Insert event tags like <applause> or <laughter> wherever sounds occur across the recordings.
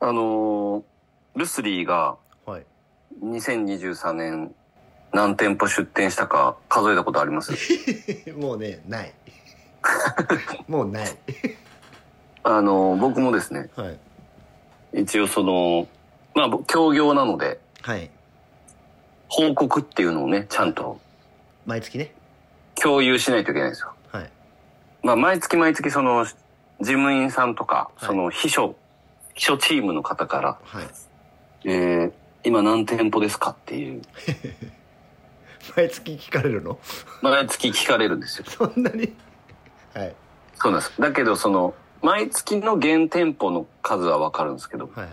あのールスリーがはい。 2023年何店舗出店したか数えたことあります <laughs> もうね、 <laughs> ない。もうない。あのー僕もですね、はい。一応その、まあ、僕協業なので、はい。報告っていうのをね、ちゃんと毎月ね。共有しないといけないんですよ。はい。まあ、毎月毎月その、事務員さんとか、はいその秘書、秘書チームの方から、はい。えー、今何店舗ですかっていう、 <laughs> 毎月聞かれるの毎月聞かれるんですよ。そんなにはい。そうなんです。だけどその、毎月の現店舗の数はわかるんですけど、はいはいは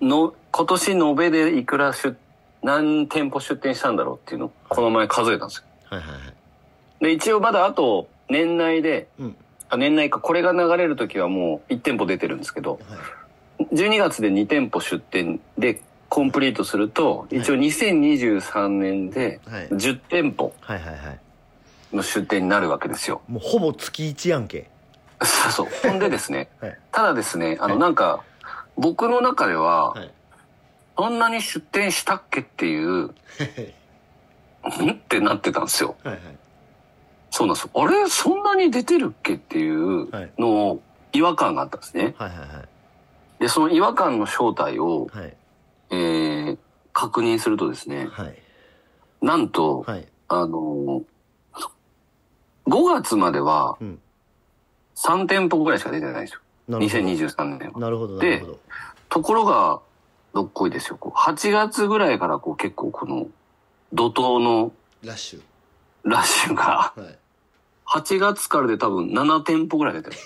い。の、今年延べでいくら出、何店舗出店したんだろうっていうのを、この前数えたんですよ。はいはいはい。で、一応まだあと、年内で、うん。あ年内か、これが流れる時はもう1店舗出てるんですけど、はい。 12月で2店舗出店でコンプリートすると、一応2023年ではい。 10店舗はいはいはい。の出店になるわけですよ。 <laughs> もうほぼ月1やんけ。そうそう。ほんでですね、はい。ただですね、あのはいなんか、僕の中では、い。そんなに出店したっけっていう、 <laughs> んってなってたんですよ。はいはい。そうなんですよ。あれそんなに出てるっけっていうはいのを違和感があったんですね。はいはいはい。で、その違和感の正体を、はい。えー、確認するとですね、はい。なんと、はい。あのー、5月まではうん。 3店舗ぐらいしか出てないんですよ。なるほど。 2023年は。なるほど、なるほど。ところが、どっこいですよ。こう8月ぐらいからこう結構この、怒涛のラッシュ。ラッシュが、はい。 8月からで多分7店舗ぐらい出てる。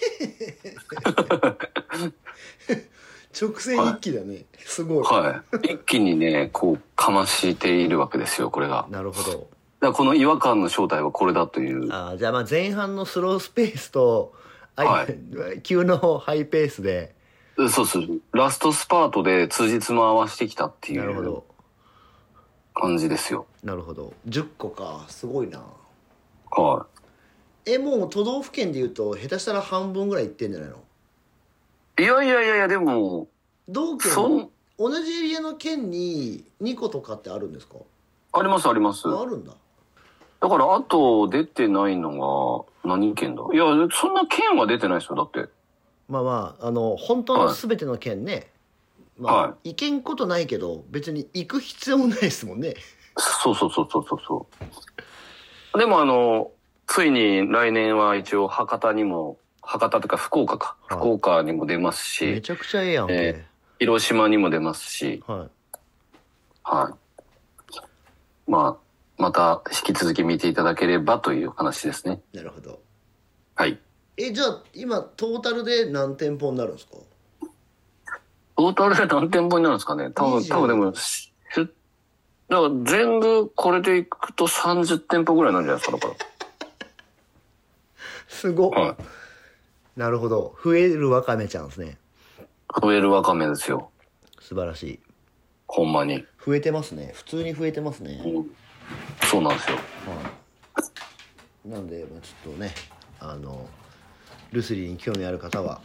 直線一気だね。すごい。はい。一気にね、こう、かましているわけですよ、これが。だかなるほど。らこの違和感の正体はこれだという。あーじゃあまあ前半のスロースペースと、あは <laughs> 急のハイペースで、そうそう。ラストスパートで通じつも合わしてきたっていなるほうど。感じですよ。なるほど。10個か。すごいな。はい。え、もう都道府県で言うと、下手したら半分ぐらい行ってんじゃないのいやいやいやいや、でも、同そ県ん、同じエリアの県に2個とかってあるんですかありますあります。ああるんだ。だから、あと出てないのが、何県だいや、そんな県は出てないですよ、だって。まあまあ、あの、本当の全ての県ね。まあ、は行けんことないけど、別に行く必要もないですもんね。そうそうそうそうそうそう。でも、あの、ついに来年は一応博多にも、博多とか福岡か。はい福岡にも出ますめし、ちゃくちゃええやんけ。え広島にも出ますし、はい。はい。まあ、また引き続き見ていただければという話ですね。なるほど。はい。え、じゃあ、今、トータルで何店舗になるんですかトータルで何店舗になるんですかね多分、 20多分でも、しだから全部これでいくと30店舗ぐらいなんじゃないですか、だかすごっら。はい。なるほど。増えるわかめちゃんですね。増えるわかめですよ。素晴らしい。ほんまに。増えてますね。普通に増えてますね。そうなんですよ。はい。なんで、まあちょっとね、あの、ルスリーに興味ある方は、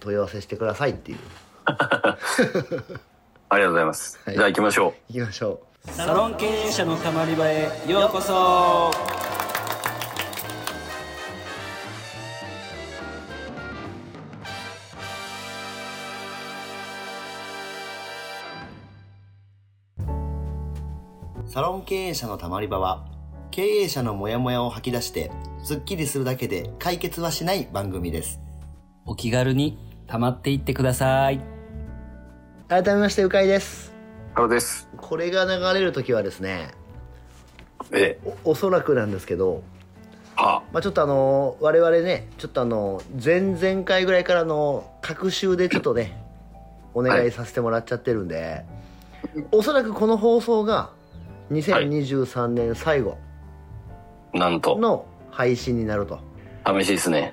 問い合わせしてくださいっていう。ありがとうございます。はいじゃあ行きましょう。行きましょう。サロン経営者のたまり場へようこそサロン経営者のたまり場は、経営者のモヤモヤを吐き出して、スッキリするだけで解決はしない番組です。お気軽にたまっていってください改めまして、うかいです。原です。これが流れるときはですね、ええ。おおそらくなんですけど、はまあ、ちょっとあの我々ねちょっとあの前々回ぐらいからの隔週でちょっとねお願いさせてもらっちゃってるんで、おそらくこの放送が2023年最後あ、なんと、の配信になると寂しいですね。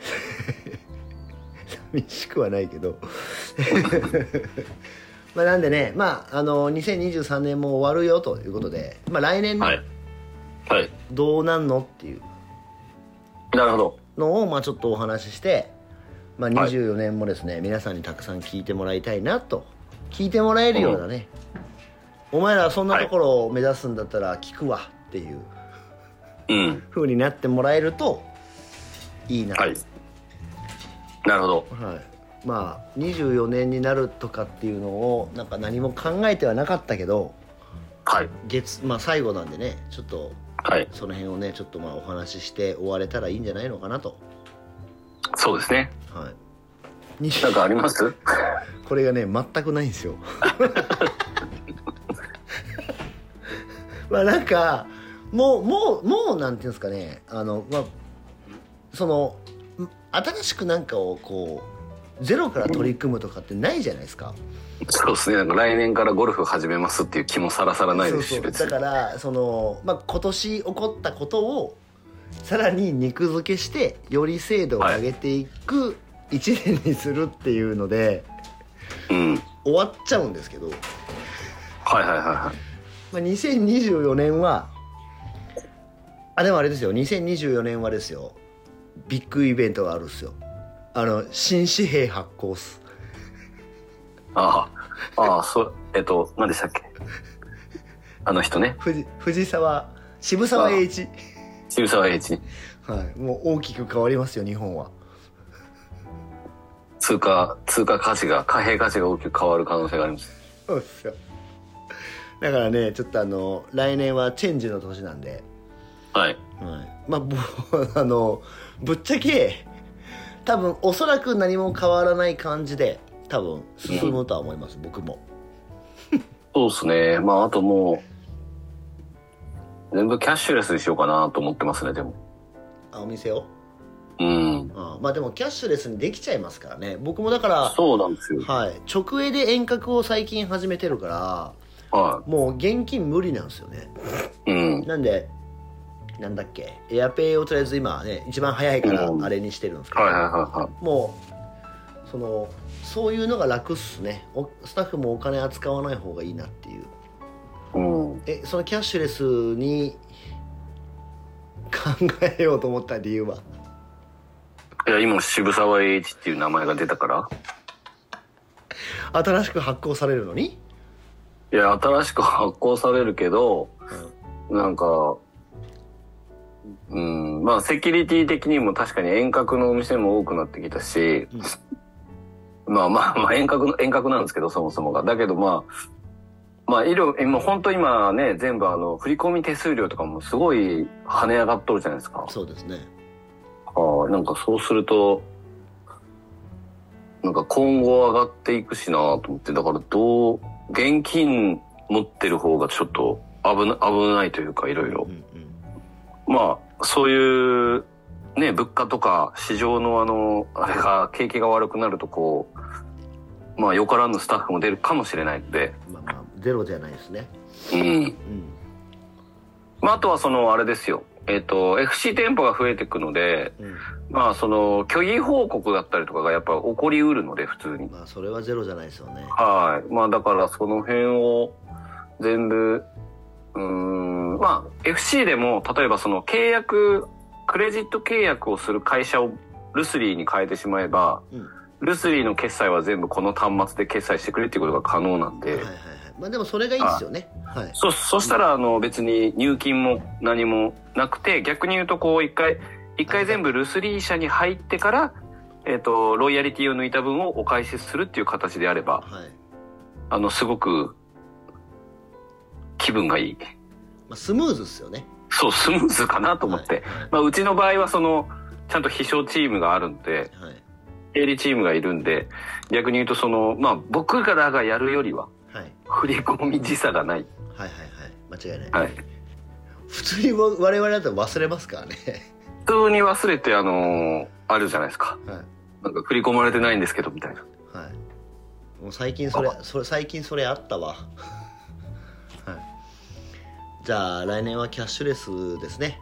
寂しくはないけど <laughs> まあなんでねまああの2023年も終わるよということで、まあ、来年ねはい。はい。どうなんのっていうなるほど。のをまあちょっとお話しして、まあ、はい24年もですね、皆さんにたくさん聞いてもらいたいなと聞いてもらえるようなね、お前らそんなところを目指すんだったら聞くわっていううん。風になってもらえるといいな、はい。なるほど。はい、まあ24年になるとかっていうのをなんか何も考えてはなかったけどはい。月、まあ、最後なんでねちょっとはい。その辺をねちょっとまあお話しして終われたらいいんじゃないのかなと、そうですね。はい、になんかあります <laughs> これがね全くないんですよまあなんかもうもうもうなんていうんですかねあのまあそのん新しくなんかをこうゼロから取り組むとかってないじゃないですか、そうですね。なんか来年からゴルフ始めますっていう気もさらさらないですし、そう別そうにだ。からその、まあ、今年起こったことをさらに肉付けしてより精度を上げていく1年にするっていうので、うん。終わっちゃうんですけど、はいはいはいはい。まあ、2024年はあでもあれですよ2024年はですよビッグイベントがあるっすよあの新紙幣発行っすああ。ああ、そう、えっと、何でしたっけあの人ね。藤藤沢渋沢栄一渋沢栄一。はいもう大きく変わりますよ日本は通貨、通貨価値が、貨幣価値が大きく変わる可能性があります。そうですよだからねちょっとあの来年はチェンジの年なんで、はい。はい、まあぼ <laughs> あのぶっちゃけ多分おそらく何も変わらない感じで多分進むとは思います、僕もそうですね。まあ、あともう、全部キャッシュレスにしようかなと思ってますね、でも。あお店をうん。あまあでもキャッシュレスにできちゃいますからね僕もだからそうなんですよ。はい直営で遠隔を最近始めてるからはもう現金無理なんですよねい。うん。なんでなんだっけエアペイをとりあえず今ね一番早いからうんあれにしてるんですけど、はいはいはいはい。もうそのそういうのが楽っすねおスタッフもお金扱わない方がいいなっていううん。えそのキャッシュレスに考えようと思った理由はいや、今、渋沢栄一っていう名前が出たから。新しく発行されるのに、いや、新しく発行されるけど、なんか、うん、まあ、セキュリティ的にも確かに遠隔のお店も多くなってきたし、まあまあまあ、遠隔の、遠隔なんですけど、そもそもが。だけどまあ、まあ、医療、今、本当今ね、全部あの、振り込み手数料とかもすごい跳ね上がっとるじゃないですか。そうですねああ、なんかそうすると、なんか今後上がっていくしなと思って、だからどう、現金持ってる方がちょっと危な危ないというかいろいろう。んまあ、そういう、ね、物価とか市場のあの、あれが、景気が悪くなるとこう、まあ、よからぬスタッフも出るかもしれないので、うんまあまあゼロじゃないですねうん。うんまあ、あとはその、あれですよ。えっ、と、FC 店舗が増えていくので、うんまあ、その、虚偽報告だったりとかがやっぱ起こりうるので、普通に。まあそれはゼロじゃないですよねはい。まあだからその辺を全部、うーん、まあ FC でも例えばその契約、クレジット契約をする会社をルスリーに変えてしまえば、うんはルスリーの決済は全部この端末で決済してくれっていうことが可能なんいではい、はいまあでもそれがいいですよねはいそ、そしたらあの別に入金も何もなくて、逆に言うとこう一回、一回全部ルスリー社に入ってから、えっ、と、ロイヤリティを抜いた分をお返しするっていう形であれば、はいあの、すごく、気分がいい。まあスムーズっすよねそう、スムーズかなと思って。はいまあ、うちの場合は、その、ちゃんと秘書チームがあるんで、はい経理チームがいるんで、逆に言うと、その、まあ、僕からがやるよりは、はいはい振り込み時差がない。はいはいはい間違いないはい。普通に我我々だと忘れますからね普通に忘れて、あのーあるじゃないですか。はなんか、振り込まれてないんですけど、みたいな。いはいもう最近それそれ最近それあったわはいじゃあ来年はキャッシュレスですね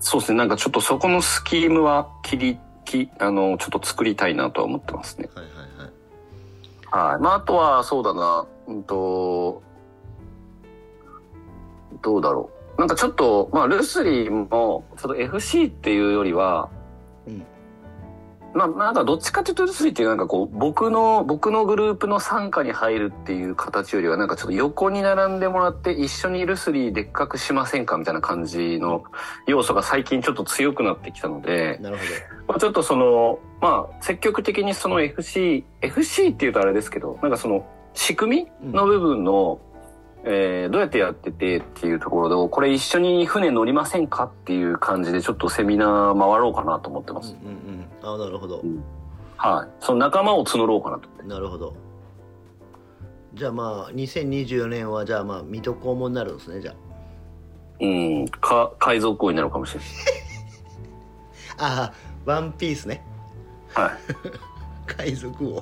そうですね。なんか、ちょっとそこのスキームは、切り、きあのーちょっと作りたいなとは思ってますね。はいはいははいい。まあ、あとは、そうだな、うんと、どうだろう。なんかちょっと、まあ、ルスリーも、ちょっと FC っていうよりは、うんまあ、なんかどっちかというとスイっていうなんかこう、僕の、僕のグループの傘下に入るっていう形よりは、なんかちょっと横に並んでもらって、一緒にルスリーでっかくしませんかみたいな感じの要素が最近ちょっと強くなってきたので、なるほまあ、ちょっとその、まあ、積極的にその FC、FC っていうとあれですけど、なんかその、仕組みの部分の、えーどうやってやっててっていうところで、これ一緒に船乗りませんかっていう感じで、ちょっとセミナー回ろうかなと思ってまど。うす。んうんうん。あなるほど。はい。その仲間を募ろうかなと。なるほど。じゃあまあ2024年はじゃあまあ水戸黄門になるんですねじゃうん。か、改造行為になるかもしれない。あ。あーワンピースね。は海賊王。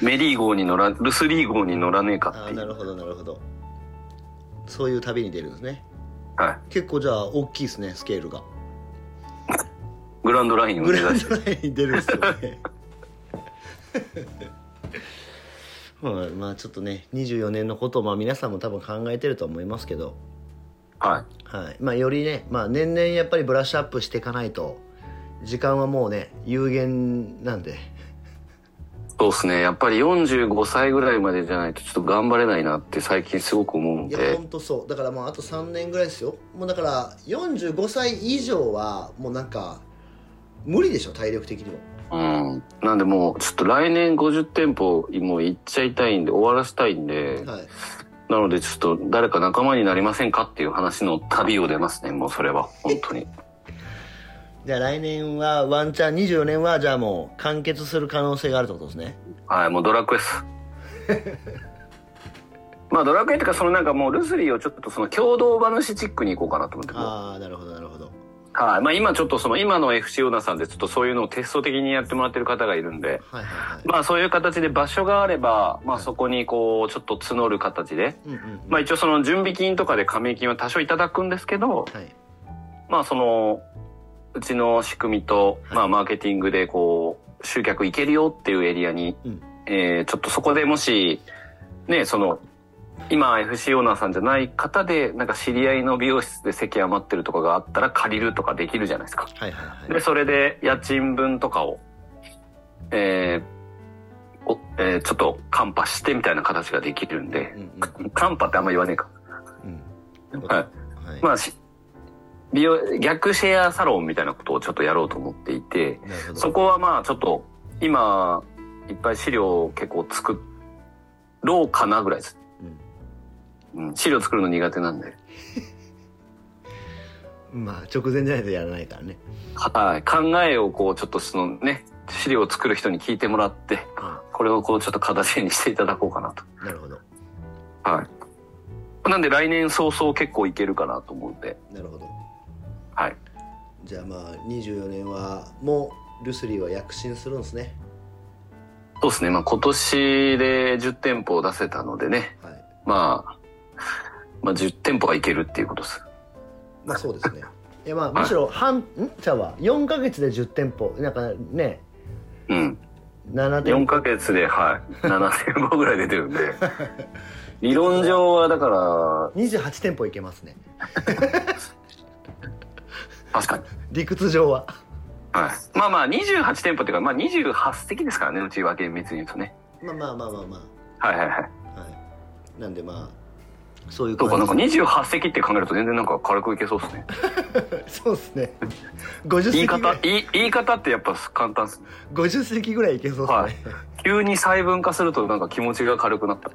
い。メリー号に乗ら、ルスリー号に乗らねえかあってあいなるう。ほどなるほど。そういう旅に出るんですね。はい。結構じゃあ大きいですねスケールが。グランドラインをグ目ラウ指ンして。ドラインに出るんですよね <laughs> はいまあちょっとね24年のことをまあ皆さんも多分考えてると思いますけど、ははいまあ、よりね、まあ、年々やっぱりブラッシュアップしていかないと時間はもうね有限なんでい。そうですね。やっぱり45歳ぐらいまでじゃないとちょっと頑張れないなって最近すごく思うのいやでほ。んとそうだからもうあと3年ぐらいですよもうだから45歳以上はもうなんか無理でしょ体力的にもうん。なんでもう、ちょっと来年50店舗もう行っちゃいたいんで、終わらせたいんで、はいなのでちょっと誰か仲間になりませんかっていう話の旅を出ますね。もうそれは。本当 <laughs> に。じゃあ来年はワンチャン24年はじゃあもう完結する可能性があるってことですねはい、もうドラクエっ <laughs> す。まあドラクエっていうかそのなんかもうルスリーをちょっとその共同話チックに行こうかなと思ってもうああなるほどなるほどはいまあ今ちょっとその今の FC オーナーさんでちょっとそういうのをテスト的にやってもらってる方がいるんではいはいはいまあそういう形で場所があればまあそこにこうちょっと募る形でうんうんうんまあ一応その準備金とかで加盟金は多少いただくんですけどはいまあそのうちの仕組みとまあマーケティングでこう集客いけるよっていうエリアにうんえーちょっとそこでもし、ね、その、今 FC オーナーさんじゃない方で、なんか知り合いの美容室で席余ってるとかがあったら借りるとかできるじゃないですか。はいはいはで、いそれで家賃分とかを、えーおえーちょっとカンパしてみたいな形ができるんでう、んカンパってあんま言わねえか。うんうんははいまあ、し美容、逆シェアサロンみたいなことをちょっとやろうと思っていて、なるほそどこはまあちょっと今いっぱい資料を結構作ろうかなぐらいです、うん資料作るの苦手なんで、まあ直前じゃないとやらないからねはい、考えをこうちょっとそのね資料を作る人に聞いてもらってはこれをこうちょっと形にしていただこうかなといなるほどはいなんで来年早々結構いけるかなと思うんでなるほどはいじゃあまあ24年はもうルスリーは躍進するんですねそうですね、まあ、今年で10店舗を出せたのでね、はいまあ、まあ10店舗はいけるっていうことですまあそうですね <laughs> いやまあむしろ半んちゃうわ4か月で10店舗なんかねうん7店4舗ヶ月ではい7000本ぐらい出てる <laughs> んで理論上はだか28店舗いけますねら確かに理屈上ははいまあまあ28店舗っていうかまあ28席ですからねうちは厳密に言うとね <laughs> まあまあまあまあまはいはいはいあはいなんでまあそういうそうかなんか感じ28席って考えると全然なんか軽くいけそうですねそうですね50言い席ぐ方らい言い言い方ってやっぱ簡単っすね50席ぐらいいけそうはでいすね、急に細分化するとなんか気持ちが軽くなった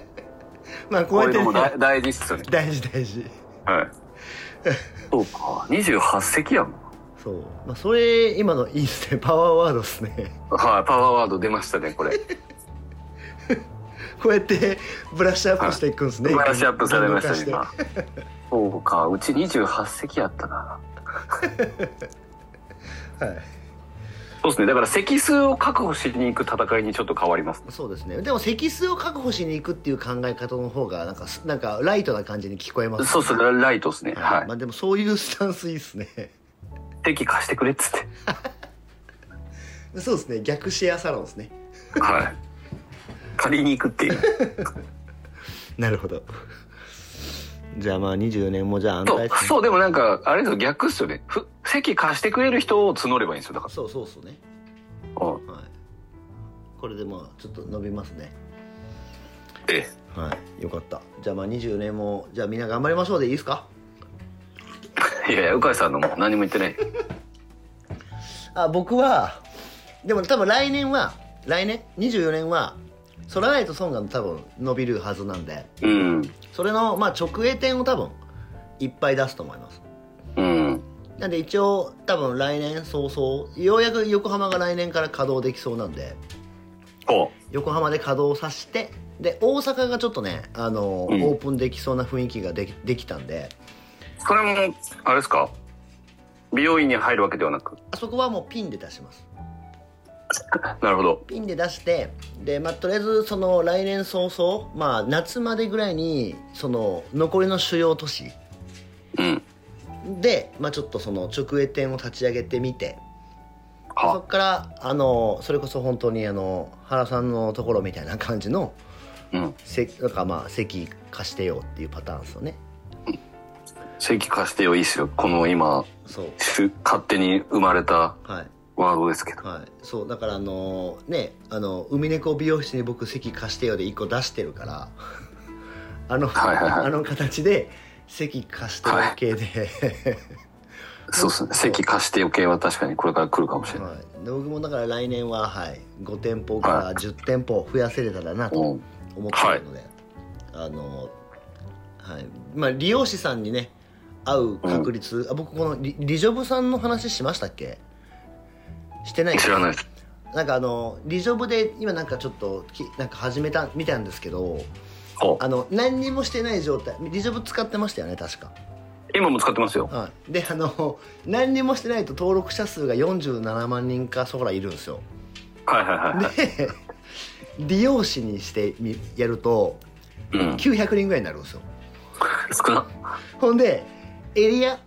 <laughs> まあここうういやっうてのねも大大事っすよね <laughs> 大事大事 <laughs> はいそうか28席やもんそう、まあ、それ今のいいっすねパワーワードっすねはいパワーワード出ましたねこれこうやってブラッシュアップしていくんですね、ブラッシュアップされましたね言今そ語化うかうち28席やったなしてはいそうですねだから席数を確保しに行く戦いにちょっと変わりますそうですねでも席数を確保しに行くっていう考え方の方がなんかすなんかライトな感じに聞こえますそうそうライトですねはいはいまあ、でもそういうスタンスいいっすね席貸してくれっつってそうですね逆シェアサロンですね <laughs> はい借りに行くっていうなるほどじゃあまあ24年もじゃあ安そ泰うですねそうでもなんかあれですよ逆っすよねふ席貸してくれる人を募ればいいんですよだかそうそうっすねうんはい、これでまあちょっと伸びますねえはいよかったじゃあまあ20年もじゃあみんな頑張りましょうでいいですかえいやいや鵜飼さんのもう何も言ってないあ僕はでも多分来年は来年24年は「ソラナイトソンが多分伸びるはずなんでうんそれのまあ直営店を多分いっぱい出すと思いますうんなんで一応多分来年早々ようやく横浜が来年から稼働できそうなんでお横浜で稼働させてで大阪がちょっとねあの、うんオープンできそうな雰囲気ができできたんでそれもあれですか美容院に入るわけではなくあそこはもうピンで出しますなるほどピンで出してで、まあ、とりあえずその来年早々、まあ、夏までぐらいにその残りの主要都市うんで、まあ、ちょっとその直営店を立ち上げてみてそはこからあのそれこそ本当にあの原さんのところみたいな感じのうんせなんかまあ席貸してよっていうパターンですよね席貸してよいいっすよこの今そうし勝手に生まれたはいワードですけどはいそうだからあのねあの海猫美容室に僕席貸してよで1個出してるから <laughs> あの、はいはいはいあの形で席貸してる系で、 <laughs> そうですね席貸して余計は確かにこれから来るかもしれない、はい、で僕もだから来年は、はい、5店舗から10店舗増やせれたらなとうん思ってるので、あの、はいまあ、利用師さんにね会う確率、あ僕このリリジョブさんの話しましたっけしてない知らないですなんかあのリジョブで今なんかちょっときなんか始めたみたいなんですけどおあの何にもしてない状態リジョブ使ってましたよね確か、今も使ってますよはい、であの何にもしてないと登録者数が47万人かそこらいるんですよはいはいはい、はいで理容師にしてみやるとうん、 900人ぐらいになるんですよ少なほんでエリア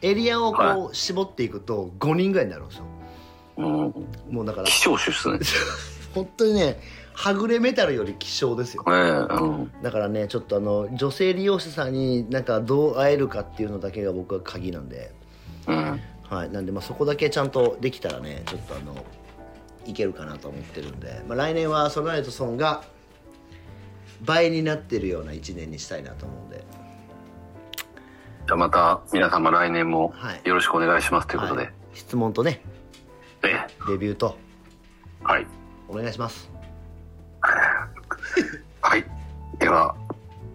エリアをこはう絞っていくと5人ぐらいになるんですようんもうだから <laughs> 希少種っすね本当にねはぐれメタルより希少ですよええうんだからねちょっとあの女性利用者さんになんかどう会えるかっていうのだけが僕は鍵なんで、うんはい、なんでまあそこだけちゃんとできたらねちょっとあのいけるかなと思ってるんで、まあ、来年はソライトソンが倍になってるような1年にしたいなと思うんでじゃあまた皆様来年もはいよろしくお願いしますということで、はい質問とねええレビューとはいお願いしますはいでは、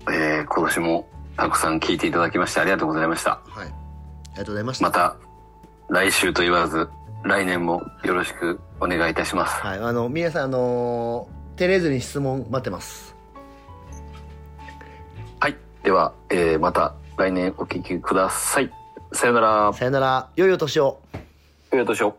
えー今年もたくさん聞いていただきましてありがとうございましたはいありがとうございましたまた来週と言わず来年もよろしくお願いいたしますはいあの皆さんあの照れずに質問待ってますはいでは、えーまた来年お聞きくださいさよならさよなら良いお年をよいお年を